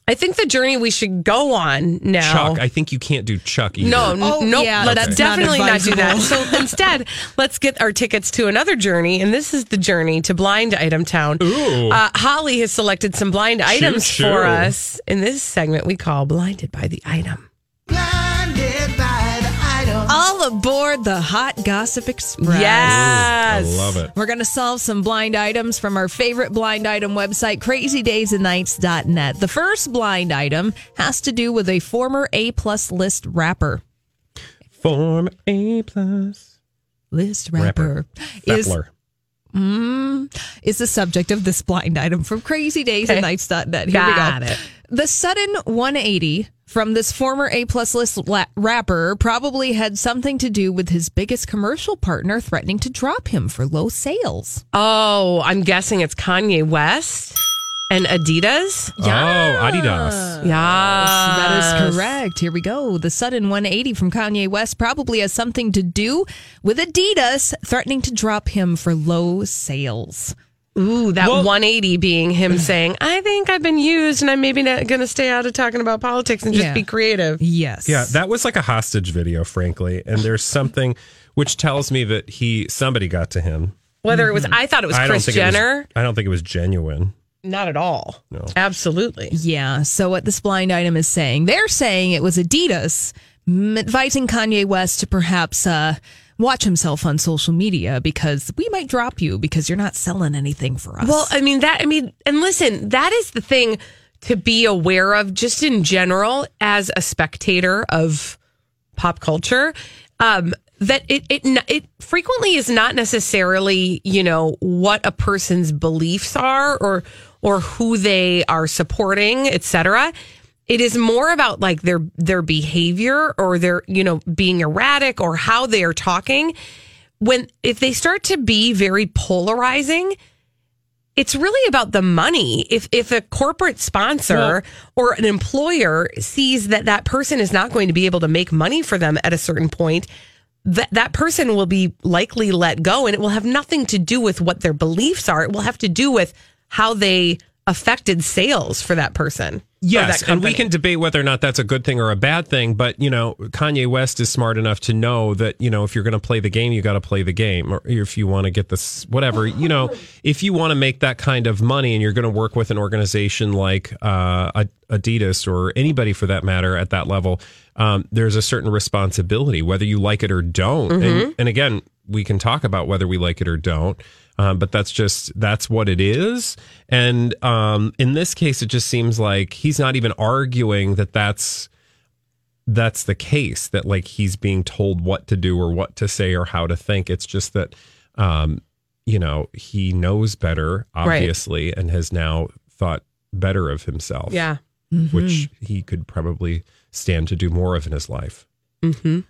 [SPEAKER 2] I think the journey we should go on now.
[SPEAKER 6] Chuck. I think you can't do Chuck either.
[SPEAKER 2] No, no,
[SPEAKER 4] Oh, yeah,
[SPEAKER 2] let's
[SPEAKER 4] that's not
[SPEAKER 2] definitely not, do that. So
[SPEAKER 4] advisable.
[SPEAKER 2] instead, let's get our tickets to another journey, and this is the journey to Blind Item Town.
[SPEAKER 6] Ooh.
[SPEAKER 2] Uh, Holly has selected some blind items
[SPEAKER 6] Choo-choo.
[SPEAKER 2] for us in this segment we call Blinded by the Item.
[SPEAKER 3] Blinded by the item.
[SPEAKER 4] All aboard the Hot Gossip Express.
[SPEAKER 2] Yes.
[SPEAKER 6] I love it.
[SPEAKER 4] We're going to solve some blind items from our favorite blind item website, crazydaysandnights.net. The first blind item has to do with a former A plus list rapper.
[SPEAKER 6] Form A plus.
[SPEAKER 4] List
[SPEAKER 6] Rapper.
[SPEAKER 4] rapper, is
[SPEAKER 6] Rappler.
[SPEAKER 4] is the subject of this blind item from crazydaysandnights.net. Here
[SPEAKER 2] Got
[SPEAKER 4] we go.
[SPEAKER 2] it.
[SPEAKER 4] The sudden 180 from this former A plus list la- rapper probably had something to do with his biggest commercial partner threatening to drop him for low sales.
[SPEAKER 2] Oh, I'm guessing it's Kanye West and Adidas.
[SPEAKER 6] Oh, Adidas.
[SPEAKER 2] Yeah,
[SPEAKER 4] That is correct. Here we go. The sudden 180 from Kanye West probably has something to do with Adidas threatening to drop him for low sales.
[SPEAKER 2] Ooh, that
[SPEAKER 6] Well-
[SPEAKER 2] 180 being him saying, "I think I've been used, and I'm maybe not going to stay out of talking about politics and just
[SPEAKER 4] Yeah.
[SPEAKER 2] be creative."
[SPEAKER 4] Yes.
[SPEAKER 6] Yeah, that was like a hostage video, frankly. And there's something which tells me that he somebody got to him.
[SPEAKER 2] Whether it was, I thought it was
[SPEAKER 6] Mm-hmm. I don't
[SPEAKER 2] Chris
[SPEAKER 6] think it was-
[SPEAKER 2] Jenner.
[SPEAKER 6] I don't think it was genuine.
[SPEAKER 2] Not at all. No. Absolutely.
[SPEAKER 4] Yeah. So what this blind item is saying, they're saying it was Adidas mm, advising Kanye West to perhaps uh, watch himself on social media because we might drop you because you're not selling anything for us.
[SPEAKER 2] Well, I mean that I mean and listen, that is the thing to be aware of just in general as a spectator of pop culture um that it it n- it frequently is not necessarily, you know, what a person's beliefs are or or who they are supporting, etc. It is more about like their their behavior or their, you know, being erratic or how they are talking. When if they start to be very polarizing, it's really about the money. If if a corporate sponsor or an employer sees that that person is not going to be able to make money for them at a certain point, that that person will be likely let go, and it will have nothing to do with what their beliefs are. It will have to do with how they affected sales for that person. or
[SPEAKER 6] Yes,
[SPEAKER 2] that
[SPEAKER 6] and we
[SPEAKER 2] company.
[SPEAKER 6] can debate whether or not that's a good thing or a bad thing, but you know, Kanye West is smart enough to know that, you know, if you're going to play the game, you got to play the game or if you want to get this whatever, you know, if you want to make that kind of money and you're going to work with an organization like uh, Ad- Adidas or anybody for that matter at that level, um, there's a certain
[SPEAKER 2] Mm-hmm.
[SPEAKER 6] responsibility whether you like it or don't. And, and again, we can talk about whether we like it or don't. Um, but that's just that's what it is. And um, in this case, it just seems like he's not even arguing that that's that's the case that like he's being told what to do or what to say or how to think. It's just that um, you know he knows better,
[SPEAKER 9] Right.
[SPEAKER 6] obviously, and has now thought better of himself.
[SPEAKER 9] Yeah.
[SPEAKER 6] which he could probably stand to do more of in his life.
[SPEAKER 2] Mm-hmm.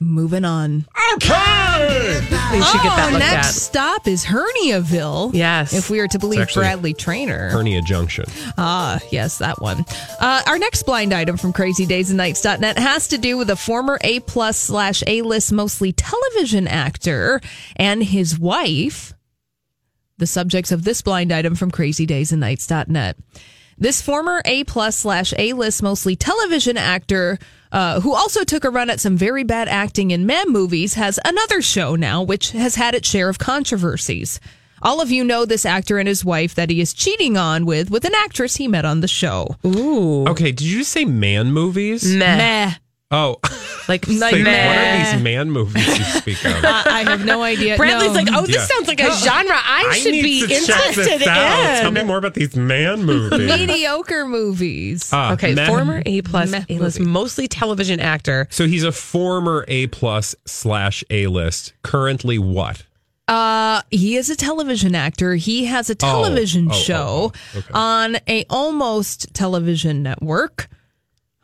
[SPEAKER 2] Moving on.
[SPEAKER 6] Okay.
[SPEAKER 9] We should get that
[SPEAKER 2] oh,
[SPEAKER 9] looked
[SPEAKER 2] next
[SPEAKER 9] at.
[SPEAKER 2] stop is Herniaville.
[SPEAKER 9] Yes.
[SPEAKER 2] If we are to believe
[SPEAKER 6] actually
[SPEAKER 2] Bradley Trainer.
[SPEAKER 6] Hernia junction.
[SPEAKER 2] Ah, yes, that one. Uh, our next blind item from crazydaysandnights.net has to do with a former A plus slash A list, mostly television actor and his wife. The subjects of this blind item from crazydaysandnights.net. This former A plus slash A list, mostly television actor, uh, who also took a run at some very bad acting in man movies, has another show now, which has had its share of controversies. All of you know this actor and his wife that he is cheating on with with an actress he met on the show.
[SPEAKER 9] Ooh.
[SPEAKER 6] Okay, did you just say man movies?
[SPEAKER 9] Meh.
[SPEAKER 2] Meh.
[SPEAKER 6] Oh,
[SPEAKER 9] Like,
[SPEAKER 6] It's like, Uh, what
[SPEAKER 9] meh.
[SPEAKER 6] are these man movies you speak of?
[SPEAKER 2] I- I have no idea.
[SPEAKER 9] Bradley's
[SPEAKER 2] No.
[SPEAKER 9] like, oh, this
[SPEAKER 6] Yeah.
[SPEAKER 9] sounds like a genre I, should
[SPEAKER 6] need
[SPEAKER 9] be
[SPEAKER 6] to check this
[SPEAKER 9] interested
[SPEAKER 6] out. Tell me
[SPEAKER 9] in.
[SPEAKER 6] more about these man movies.
[SPEAKER 2] mediocre movies.
[SPEAKER 6] Ah,
[SPEAKER 9] Okay,
[SPEAKER 6] meh.
[SPEAKER 9] former A plus
[SPEAKER 2] Meh
[SPEAKER 9] A list,
[SPEAKER 2] movie.
[SPEAKER 9] mostly television actor.
[SPEAKER 6] So he's a former A plus slash A list. Currently, what?
[SPEAKER 2] Uh, he is a television actor. He has a television
[SPEAKER 6] oh, oh,
[SPEAKER 2] show
[SPEAKER 6] oh, okay.
[SPEAKER 2] on a almost television network,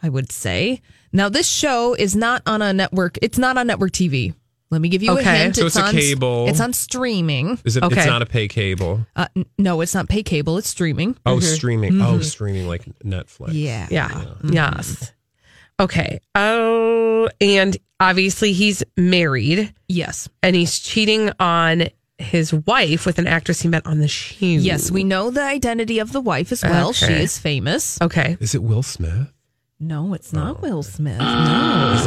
[SPEAKER 2] I would say. Now this show is not on a network. It's not on network TV. Let me give you
[SPEAKER 9] Okay.
[SPEAKER 2] a hint.
[SPEAKER 6] So it's a
[SPEAKER 2] on,
[SPEAKER 6] cable.
[SPEAKER 2] It's on streaming.
[SPEAKER 6] Is it?
[SPEAKER 9] Okay.
[SPEAKER 6] It's not a pay cable.
[SPEAKER 2] Uh, n- no, it's not pay cable. It's streaming. Mm-hmm.
[SPEAKER 6] Oh, streaming. Oh, streaming like Netflix.
[SPEAKER 2] Yeah. Mm-hmm.
[SPEAKER 9] Yeah. Yes. Okay. Oh, and obviously he's married
[SPEAKER 2] Yes.
[SPEAKER 9] and he's cheating on his wife with an actress he met on the show.
[SPEAKER 2] Yes. We know the identity of the wife as well. She
[SPEAKER 9] Okay.
[SPEAKER 2] is famous.
[SPEAKER 9] Okay.
[SPEAKER 6] Is it Will Smith?
[SPEAKER 2] No, it's not Will Smith.
[SPEAKER 6] He's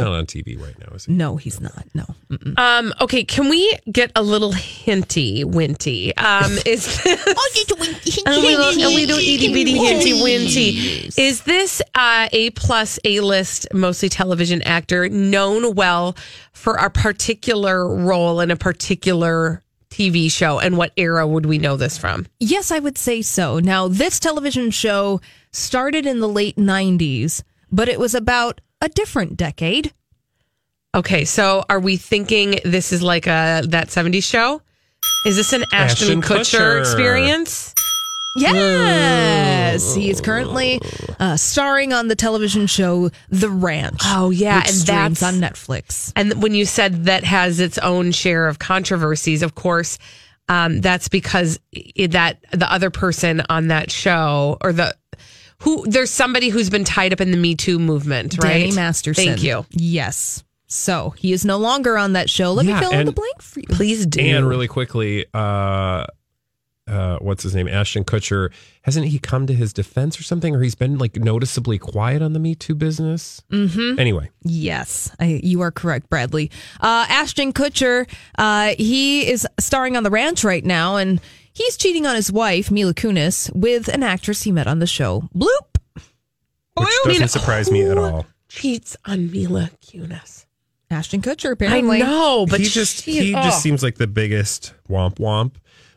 [SPEAKER 6] not on TV right now, is he?
[SPEAKER 2] No, he's not. No. Mm-mm.
[SPEAKER 9] Um. Okay. Can we get a little hinty, winty? Um. Is a
[SPEAKER 2] Oh,
[SPEAKER 9] little, a little itty bitty hinty winty. Is this uh, a plus A list, mostly television actor, known well for a particular role in a particular TV show? And what era would we know this from?
[SPEAKER 2] Yes, I would say so. Now, this television show started in the late 90s, but it was about a different decade.
[SPEAKER 9] Okay, so are we thinking this is like a that '70s show? Is this an
[SPEAKER 6] Ashton
[SPEAKER 9] Ashton, Kutcher,
[SPEAKER 6] Kutcher.
[SPEAKER 9] experience?
[SPEAKER 2] Yes, he is currently uh, starring on the television show The Ranch.
[SPEAKER 9] Oh, yeah,
[SPEAKER 2] which
[SPEAKER 9] and
[SPEAKER 2] streams
[SPEAKER 9] that's-
[SPEAKER 2] on Netflix.
[SPEAKER 9] And when you said that has its own share of controversies, of course, um, that's because i- that the other person on that show or the who there's somebody who's been tied up in the Me Too movement, right?
[SPEAKER 2] Danny Masterson.
[SPEAKER 9] Thank you.
[SPEAKER 2] Yes. So he is no longer on that show. Let me
[SPEAKER 6] Yeah,
[SPEAKER 2] fill in the
[SPEAKER 6] and-
[SPEAKER 2] blank for you.
[SPEAKER 9] Please do.
[SPEAKER 6] And really quickly, uh, uh, what's his name? Ashton Kutcher. Hasn't he come to his defense or something? Or he's been like noticeably quiet on the Me Too business? Mm-hmm. Anyway,
[SPEAKER 2] Yes, I, you are correct, Bradley. Uh, Ashton Kutcher, uh, he is starring on The Ranch right now, and he's cheating on his wife, Mila Kunis, with an actress he met on the show. Bloop.
[SPEAKER 6] which
[SPEAKER 9] I mean,
[SPEAKER 6] doesn't surprise me at
[SPEAKER 9] who
[SPEAKER 6] all.
[SPEAKER 9] Cheats on Mila Kunis.
[SPEAKER 2] Ashton Kutcher,
[SPEAKER 9] I
[SPEAKER 2] apparently.
[SPEAKER 9] know, but
[SPEAKER 6] he just
[SPEAKER 9] she-
[SPEAKER 6] he
[SPEAKER 9] oh.
[SPEAKER 6] just seems like the biggest womp womp.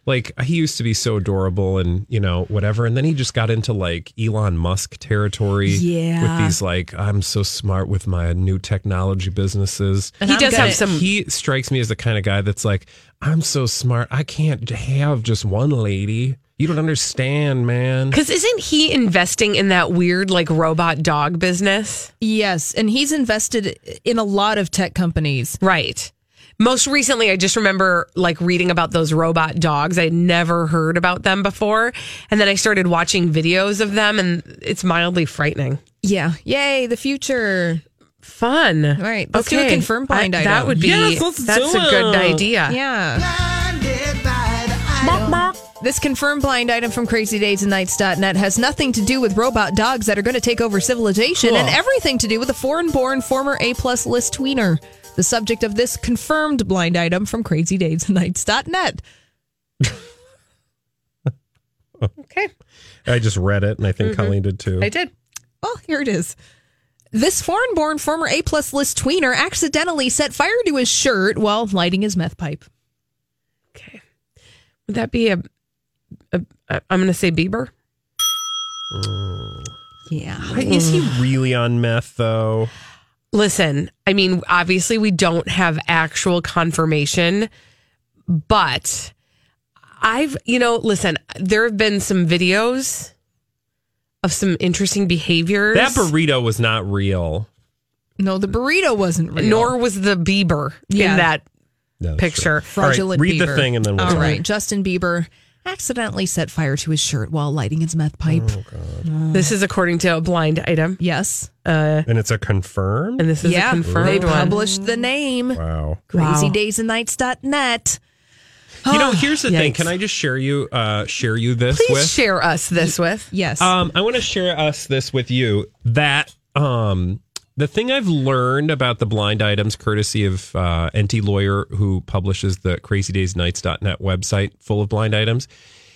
[SPEAKER 6] Like he used to be so adorable and you know whatever, and then he just got into like Elon Musk territory.
[SPEAKER 2] Yeah.
[SPEAKER 6] with these like I'm so smart with my new technology businesses.
[SPEAKER 2] And
[SPEAKER 9] He
[SPEAKER 2] I'm
[SPEAKER 9] does
[SPEAKER 2] gonna-
[SPEAKER 9] have some-
[SPEAKER 6] he strikes me as the kind of guy that's like I'm so smart. I can't have just one lady. You don't understand, man.
[SPEAKER 9] Because isn't he investing in that weird like robot dog business?
[SPEAKER 2] Yes, and he's invested in a lot of tech companies.
[SPEAKER 9] Right. Most recently, I just remember like reading about those robot dogs. I'd never heard about them before. And then I started watching videos of them, and it's mildly frightening.
[SPEAKER 2] Yeah. Yay, the future.
[SPEAKER 9] Fun. All
[SPEAKER 2] right, let's do a confirmed blind
[SPEAKER 9] I,
[SPEAKER 2] item.
[SPEAKER 9] That would be,
[SPEAKER 6] Yes, let's
[SPEAKER 9] that's
[SPEAKER 6] do
[SPEAKER 9] a good
[SPEAKER 6] it.
[SPEAKER 9] idea.
[SPEAKER 2] Yeah. This confirmed blind item from crazydaysandnights.net has nothing to do with robot dogs that are going to take over civilization and everything to do with a foreign born former A plus list tweener. The subject of this confirmed blind item from crazydaysandnights.net.
[SPEAKER 9] Okay.
[SPEAKER 6] I just read it, and I think Colleen did too.
[SPEAKER 9] Mm-hmm. I did.
[SPEAKER 2] Well, Oh, here it is. This foreign born former A plus list tweener accidentally set fire to his shirt while lighting his meth pipe.
[SPEAKER 9] Okay.
[SPEAKER 2] Would that be a? a, a I'm going to say Bieber.
[SPEAKER 9] Yeah.
[SPEAKER 6] Is he
[SPEAKER 9] Mm-hmm.
[SPEAKER 6] really on meth though?
[SPEAKER 2] Listen, I mean, obviously we don't have actual confirmation, but I've, you know, listen, there have been some videos of some interesting behaviors.
[SPEAKER 6] That burrito was not real.
[SPEAKER 9] No, the burrito wasn't real.
[SPEAKER 2] Nor was the Bieber
[SPEAKER 9] Yeah.
[SPEAKER 2] in that
[SPEAKER 6] No, that's
[SPEAKER 2] picture.
[SPEAKER 6] true. All right, read the thing and then we'll
[SPEAKER 9] All
[SPEAKER 6] talk.
[SPEAKER 9] right, Justin Bieber accidentally set fire to his shirt while lighting his meth pipe.
[SPEAKER 2] This is according to a blind item.
[SPEAKER 9] Yes.
[SPEAKER 2] Uh,
[SPEAKER 6] And it's a confirmed.
[SPEAKER 2] and this is a confirmed
[SPEAKER 9] they
[SPEAKER 2] one.
[SPEAKER 9] published the name.
[SPEAKER 6] Wow.
[SPEAKER 9] crazydaysandnights.net.
[SPEAKER 6] You know, here's the thing.
[SPEAKER 2] Yikes.
[SPEAKER 6] Can I just share you uh share you this
[SPEAKER 2] Please
[SPEAKER 6] with?
[SPEAKER 2] share us this with.
[SPEAKER 9] Yes.
[SPEAKER 6] Um, I want to share us this with you that um, the thing I've learned about the blind items, courtesy of uh, NT Lawyer, who publishes the crazydaysnights.net website full of blind items,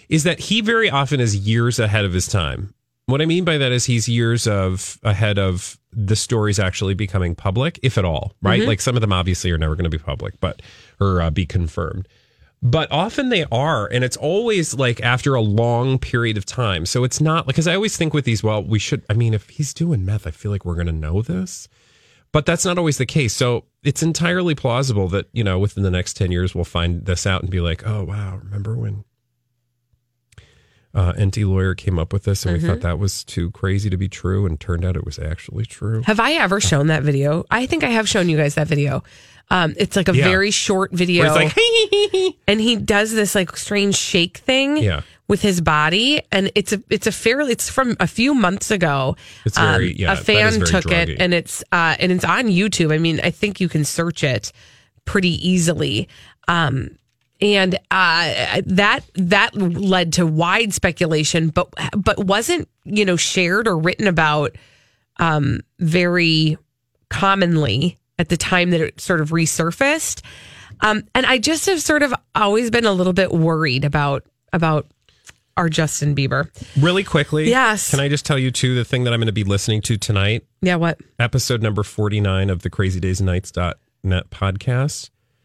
[SPEAKER 6] is that he very often is years ahead of his time. What I mean by that is he's years of ahead of the stories actually becoming public, if at all, right?
[SPEAKER 2] Mhm.
[SPEAKER 6] Like some of them obviously are never going to be public, but or uh, be confirmed but often they are and it's always like after a long period of time so it's not because i always think with these well we should i mean if he's doing meth i feel like we're going to know this but that's not always the case so it's entirely plausible that you know within the next 10 years we'll find this out and be like oh wow remember when uh, nt lawyer came up with this and
[SPEAKER 2] Mhm.
[SPEAKER 6] we thought that was too crazy to be true and turned out it was actually true
[SPEAKER 2] Have I ever shown that video? I think I have shown you guys that video. Um, it's like a
[SPEAKER 6] Yeah.
[SPEAKER 2] very short video.
[SPEAKER 6] Where he's like,
[SPEAKER 2] and he does this like strange shake thing
[SPEAKER 6] Yeah.
[SPEAKER 2] with his body. And it's a it's a fairly it's from a few months ago.
[SPEAKER 6] It's very-
[SPEAKER 2] Um,
[SPEAKER 6] yeah,
[SPEAKER 2] a
[SPEAKER 6] that is
[SPEAKER 2] fan
[SPEAKER 6] very
[SPEAKER 2] took
[SPEAKER 6] druggy.
[SPEAKER 2] it and it's uh and it's on YouTube. I mean, I think you can search it pretty easily. Um and uh, that that led to wide speculation, but but wasn't you know shared or written about um, very commonly at the time that it sort of resurfaced. Um, and I just have sort of always been a little bit worried about about our Justin Bieber.
[SPEAKER 6] really quickly
[SPEAKER 2] Yes.
[SPEAKER 6] can i just tell you too the thing that i'm going to be listening to tonight
[SPEAKER 2] Yeah, what?
[SPEAKER 6] episode number 49 of the crazy days and nights.net podcast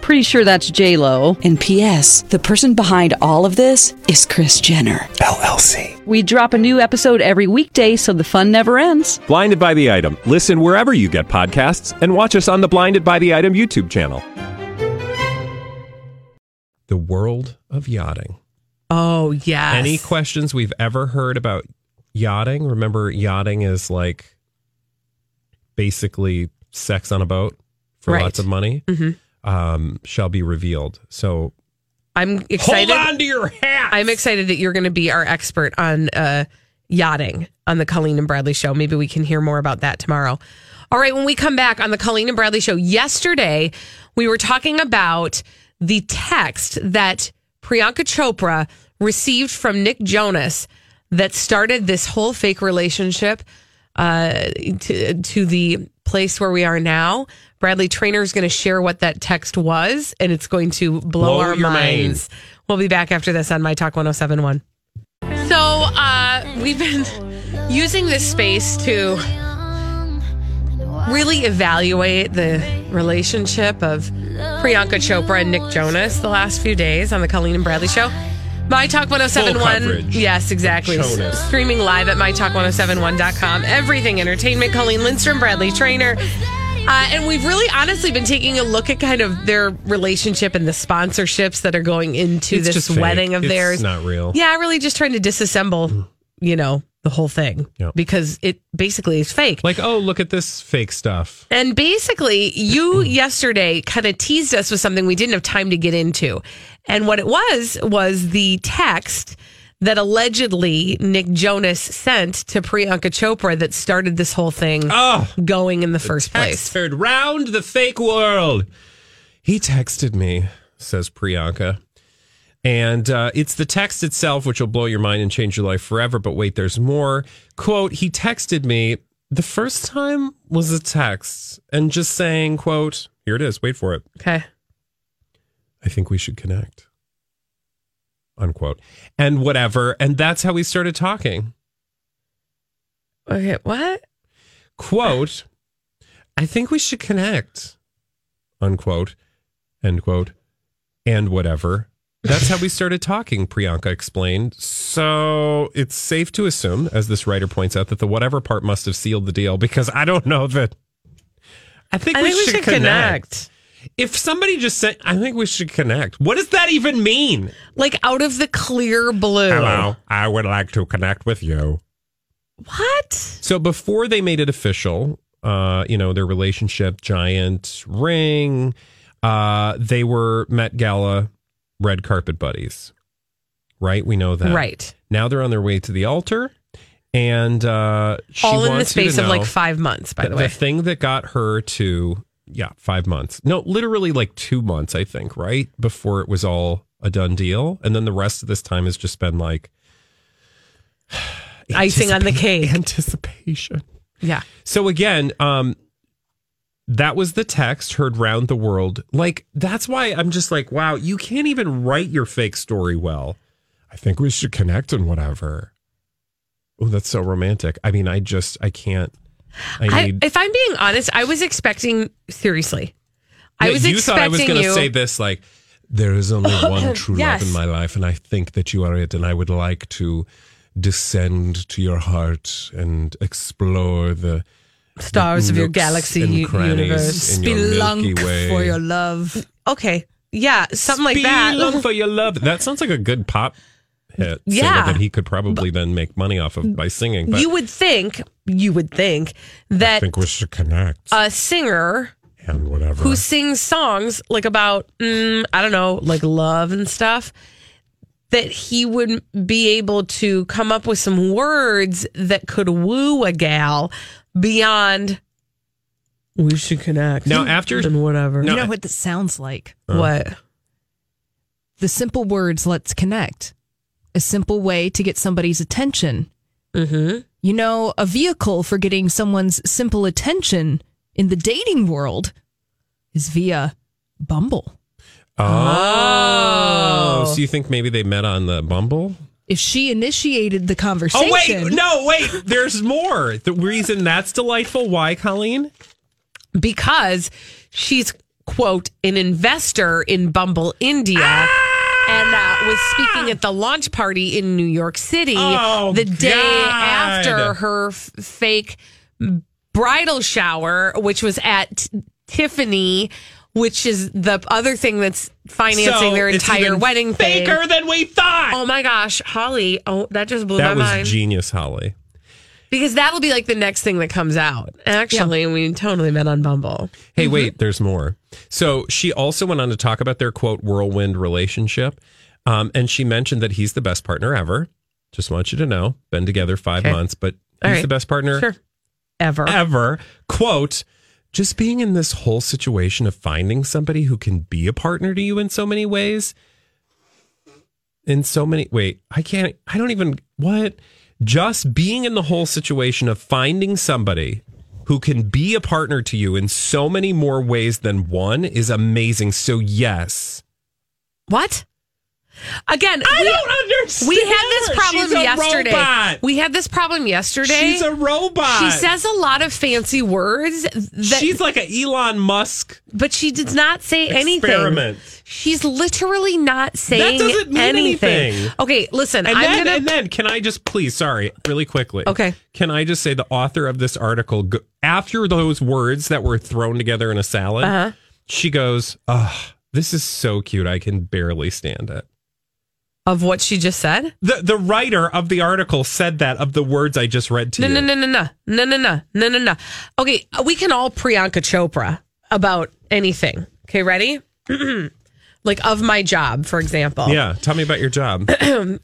[SPEAKER 4] Pretty sure that's J Lo. And P.S. The person behind all of this is Chris Jenner LLC. We drop a new episode every weekday, so the fun never ends.
[SPEAKER 11] Blinded by the Item. Listen wherever you get podcasts and watch us on the Blinded by the Item YouTube channel.
[SPEAKER 6] the world of yachting
[SPEAKER 2] Oh yes.
[SPEAKER 6] any questions we've ever heard about yachting remember yachting is like basically sex on a boat for
[SPEAKER 2] Right.
[SPEAKER 6] lots of money
[SPEAKER 2] Mhm.
[SPEAKER 6] um, shall be revealed so
[SPEAKER 2] I'm excited.
[SPEAKER 6] Hold on to your hat.
[SPEAKER 2] I'm excited that you're going to be our expert on uh, yachting on the Colleen and Bradley show. Maybe we can hear more about that tomorrow. All right, when we come back on the Colleen and Bradley show, yesterday we were talking about the text that Priyanka Chopra received from Nick Jonas that started this whole fake relationship uh, to, to the place where we are now. Bradley Trainer is going to share what that text was, and it's going to blow,
[SPEAKER 6] Blow
[SPEAKER 2] our
[SPEAKER 6] your mind.
[SPEAKER 2] minds. We'll be back after this on My Talk 1071. So, uh, we've been using this space to really evaluate the relationship of Priyanka Chopra and Nick Jonas the last few days on the Colleen and Bradley show. My Talk 1071.
[SPEAKER 6] Full coverage.
[SPEAKER 2] Yes, exactly.
[SPEAKER 6] Jonas.
[SPEAKER 2] Streaming live at mytalk1071.com. Everything entertainment. Colleen Lindstrom, Bradley Trainer. Uh, and we've really honestly been taking a look at kind of their relationship and the sponsorships that are going into
[SPEAKER 6] It's
[SPEAKER 2] this
[SPEAKER 6] just fake.
[SPEAKER 2] wedding of
[SPEAKER 6] It's
[SPEAKER 2] theirs.
[SPEAKER 6] not real.
[SPEAKER 2] Yeah, really just trying to disassemble, you know, the whole thing
[SPEAKER 6] Yeah.
[SPEAKER 2] because it basically is fake.
[SPEAKER 6] like oh look at this fake stuff
[SPEAKER 2] And basically, you
[SPEAKER 6] Mm-hmm.
[SPEAKER 2] yesterday kind of teased us with something we didn't have time to get into. And what it was was the text that allegedly Nick Jonas sent to Priyanka Chopra that started this whole thing
[SPEAKER 6] Oh.
[SPEAKER 2] going in the first place.
[SPEAKER 6] Texted round the fake world. He texted me, says Priyanka. And uh, it's the text itself which will blow your mind and change your life forever. But wait, there's more. Quote, he texted me. The first time was a text and just saying, quote, here it is. Wait for it.
[SPEAKER 2] Okay.
[SPEAKER 6] I I think we should connect. Unquote. And whatever. And that's how we started talking.
[SPEAKER 2] Okay, what?
[SPEAKER 6] Quote, I think we should connect. Unquote. End quote. And whatever. That's how we started talking, Priyanka explained. So it's safe to assume, as this writer points out, that the whatever part must have sealed the deal because I don't know that. I think,
[SPEAKER 2] I
[SPEAKER 6] we,
[SPEAKER 2] think we
[SPEAKER 6] should
[SPEAKER 2] should
[SPEAKER 6] connect. If somebody just said, I think we should connect, what does that even mean?
[SPEAKER 2] Like out of the clear blue.
[SPEAKER 6] Hello, I would like to connect with you.
[SPEAKER 2] What?
[SPEAKER 6] So before they made it official, uh, you know, their relationship giant ring, uh, they were Met Gala red carpet buddies. Right? We know that.
[SPEAKER 2] Right.
[SPEAKER 6] Now they're on their way to the altar. And uh, she
[SPEAKER 2] All in the
[SPEAKER 6] wants you to
[SPEAKER 2] space of
[SPEAKER 6] know
[SPEAKER 2] like five months, by
[SPEAKER 6] that
[SPEAKER 2] the way.
[SPEAKER 6] thing that got her to, yeah, five months. No, literally like two months, I think, right? Before it was all a done deal. And then the rest of this time has just been like
[SPEAKER 2] Icing on the cake.
[SPEAKER 6] Anticipation.
[SPEAKER 2] Yeah.
[SPEAKER 6] So again, um, that was the text heard round the world. Like that's why I'm just like, wow, you can't even write your fake story well. I think we should connect and whatever. Oh, that's so romantic. I mean, I just I can't. I
[SPEAKER 2] I,
[SPEAKER 6] need.
[SPEAKER 2] if I'm being honest, I was expecting seriously. I
[SPEAKER 6] Yeah,
[SPEAKER 2] was
[SPEAKER 6] you
[SPEAKER 2] expecting
[SPEAKER 6] thought I was gonna
[SPEAKER 2] you.
[SPEAKER 6] say this like. There is only one true
[SPEAKER 2] Yes.
[SPEAKER 6] love in my life, and I think that you are it. And I would like to descend to your heart and explore the
[SPEAKER 2] stars of your
[SPEAKER 6] nooks
[SPEAKER 2] galaxy
[SPEAKER 6] and
[SPEAKER 2] u- universe.
[SPEAKER 6] crannies in your Spelunk Milky Way. for your
[SPEAKER 2] love. Okay. Yeah, something like that.
[SPEAKER 6] Spelunk for your love. That sounds like a good pop hit.
[SPEAKER 2] Yeah.
[SPEAKER 6] Singer that he could probably then make money off of by singing. But
[SPEAKER 2] you would think, you would think that
[SPEAKER 6] I think we should connect
[SPEAKER 2] a singer
[SPEAKER 6] and whatever.
[SPEAKER 2] who sings songs like about mm, I don't know, like love and stuff, that he would be able to come up with some words that could woo a gal beyond. We should connect
[SPEAKER 6] now after
[SPEAKER 2] and whatever.
[SPEAKER 4] you know what this sounds like?
[SPEAKER 2] what?
[SPEAKER 4] The simple words, let's connect. A simple way to get somebody's attention.
[SPEAKER 2] Mm-hmm.
[SPEAKER 4] You know, a vehicle for getting someone's simple attention in the dating world is via Bumble.
[SPEAKER 6] oh. so you think maybe they met on the Bumble?
[SPEAKER 4] If she initiated the
[SPEAKER 6] Oh
[SPEAKER 4] conversation,
[SPEAKER 6] wait, no, wait. There's more. The reason that's delightful. Why, Colleen?
[SPEAKER 2] Because she's quote an investor in Bumble India. And uh, was
[SPEAKER 6] Ah!
[SPEAKER 2] speaking at the launch party in New York City
[SPEAKER 7] Oh,
[SPEAKER 2] the day
[SPEAKER 7] God.
[SPEAKER 2] after her f- fake bridal shower, which was at T- Tiffany, which is the other thing that's financing
[SPEAKER 6] So
[SPEAKER 2] their
[SPEAKER 6] it's
[SPEAKER 2] entire
[SPEAKER 6] even
[SPEAKER 2] wedding thing.
[SPEAKER 6] faker than we thought.
[SPEAKER 2] Oh my gosh, Holly! Oh, that just blew
[SPEAKER 6] that
[SPEAKER 2] my
[SPEAKER 6] was
[SPEAKER 2] mind
[SPEAKER 6] genius, Holly.
[SPEAKER 2] because that'll be like the next thing that comes out. Actually, we totally met on Bumble.
[SPEAKER 6] Hey,
[SPEAKER 2] Mm-hmm.
[SPEAKER 6] wait, there's more. So she also went on to talk about their quote whirlwind relationship. Um, and she mentioned that he's the best partner ever. Just want you to know, been together five
[SPEAKER 2] Okay.
[SPEAKER 6] months, but
[SPEAKER 2] All
[SPEAKER 6] he's
[SPEAKER 2] right.
[SPEAKER 6] the best partner
[SPEAKER 2] Sure. Ever.
[SPEAKER 6] ever. Quote, just being in this whole situation of finding somebody who can be a partner to you in so many ways. In so many, wait, I can't, I don't even, what? Just being in the whole situation of finding somebody who can be a partner to you in so many more ways than one is amazing. So, yes.
[SPEAKER 2] What? Again,
[SPEAKER 6] I
[SPEAKER 2] we,
[SPEAKER 6] don't understand.
[SPEAKER 2] we had this problem
[SPEAKER 6] She's a
[SPEAKER 2] yesterday.
[SPEAKER 6] robot.
[SPEAKER 2] We had this problem yesterday.
[SPEAKER 6] She's a robot.
[SPEAKER 2] She says a lot of fancy words. That,
[SPEAKER 6] She's like an Elon Musk
[SPEAKER 2] but she does not say anything.
[SPEAKER 6] experiment.
[SPEAKER 2] She's literally not saying
[SPEAKER 6] doesn't mean anything.
[SPEAKER 2] Okay, listen.
[SPEAKER 6] And
[SPEAKER 2] I'm
[SPEAKER 6] then,
[SPEAKER 2] gonna.
[SPEAKER 6] and then, can I just please, sorry, really quickly.
[SPEAKER 2] Okay.
[SPEAKER 6] Can I just say the author of this article, go- after those words that were thrown together in a salad,
[SPEAKER 2] Uh-huh.
[SPEAKER 6] she goes, oh, this is so cute. I can barely stand it.
[SPEAKER 2] of what she just said?
[SPEAKER 6] The, the writer of the article said that of the words I just read to
[SPEAKER 2] No,
[SPEAKER 6] you.
[SPEAKER 2] no, no, no, no, no, no, no, no, no, no. Okay, we can all Priyanka Chopra about anything. Okay, ready? like of my job, for example.
[SPEAKER 6] Yeah. Tell me about your job.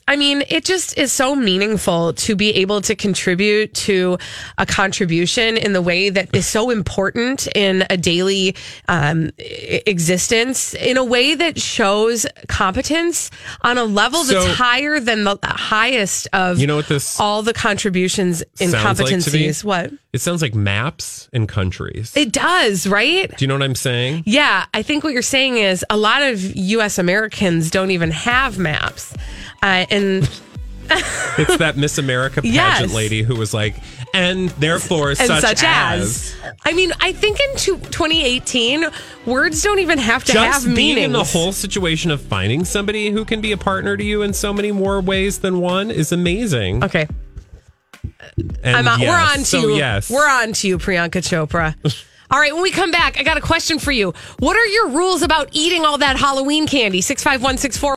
[SPEAKER 2] I mean, it just is so meaningful to be able to contribute to a contribution in the way that is so important in a daily um, e- existence, in a way that shows competence on a level
[SPEAKER 6] So-
[SPEAKER 2] that's higher than the highest of
[SPEAKER 6] You know what this
[SPEAKER 2] all the contributions in
[SPEAKER 6] sounds like to me?
[SPEAKER 2] competencies. what
[SPEAKER 6] It sounds like maps and countries.
[SPEAKER 2] it does, right?
[SPEAKER 6] Do you know what I'm saying?
[SPEAKER 2] Yeah, I think what you're saying is a lot of U.S. Americans don't even have maps, uh, and
[SPEAKER 12] It's that Miss America pageant
[SPEAKER 2] Yes.
[SPEAKER 12] lady who was like, and therefore
[SPEAKER 2] and
[SPEAKER 12] such,
[SPEAKER 2] such, as. I mean, I think in two- 2018, words don't even have to
[SPEAKER 12] Just
[SPEAKER 2] have
[SPEAKER 12] being
[SPEAKER 2] meaning.
[SPEAKER 12] in the whole situation of finding somebody who can be a partner to you in so many more ways than one is amazing.
[SPEAKER 2] Okay.
[SPEAKER 12] And
[SPEAKER 2] I'm on,
[SPEAKER 12] yes,
[SPEAKER 2] We're on to
[SPEAKER 12] so
[SPEAKER 2] you.
[SPEAKER 12] yes.
[SPEAKER 2] We're on to you, Priyanka Chopra. all right, when we come back, I got a question for you. What are your rules about eating all that Halloween candy? 65164.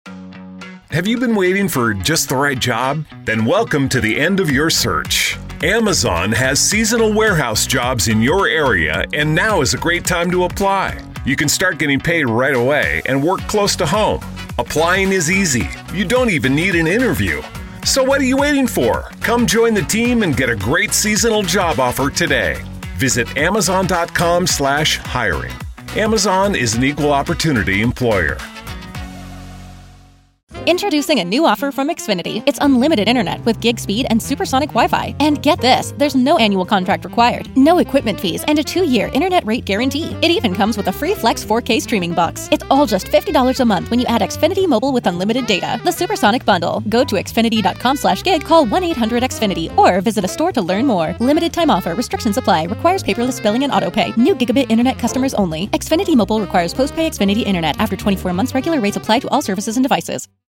[SPEAKER 6] Have you been waiting for just the right job? Then welcome to the end of your search. Amazon has seasonal warehouse jobs in your area, and now is a great time to apply. You can start getting paid right away and work close to home. Applying is easy, you don't even need an interview. So, what are you waiting for? Come join the team and get a great seasonal job offer today. Visit amazon.com slash hiring. Amazon is an equal opportunity employer.
[SPEAKER 4] Introducing a new offer from Xfinity. It's unlimited internet with gig speed and supersonic Wi Fi. And get this there's no annual contract required, no equipment fees, and a two year internet rate guarantee. It even comes with a free Flex 4K streaming box. It's all just $50 a month when you add Xfinity Mobile with unlimited data. The supersonic bundle. Go to xfinity.com slash gig, call 1 800 Xfinity, or visit a store to learn more. Limited time offer, restrictions apply, requires paperless billing and auto pay. New gigabit internet customers only. Xfinity Mobile requires post pay Xfinity internet. After 24 months, regular rates apply to all services and devices.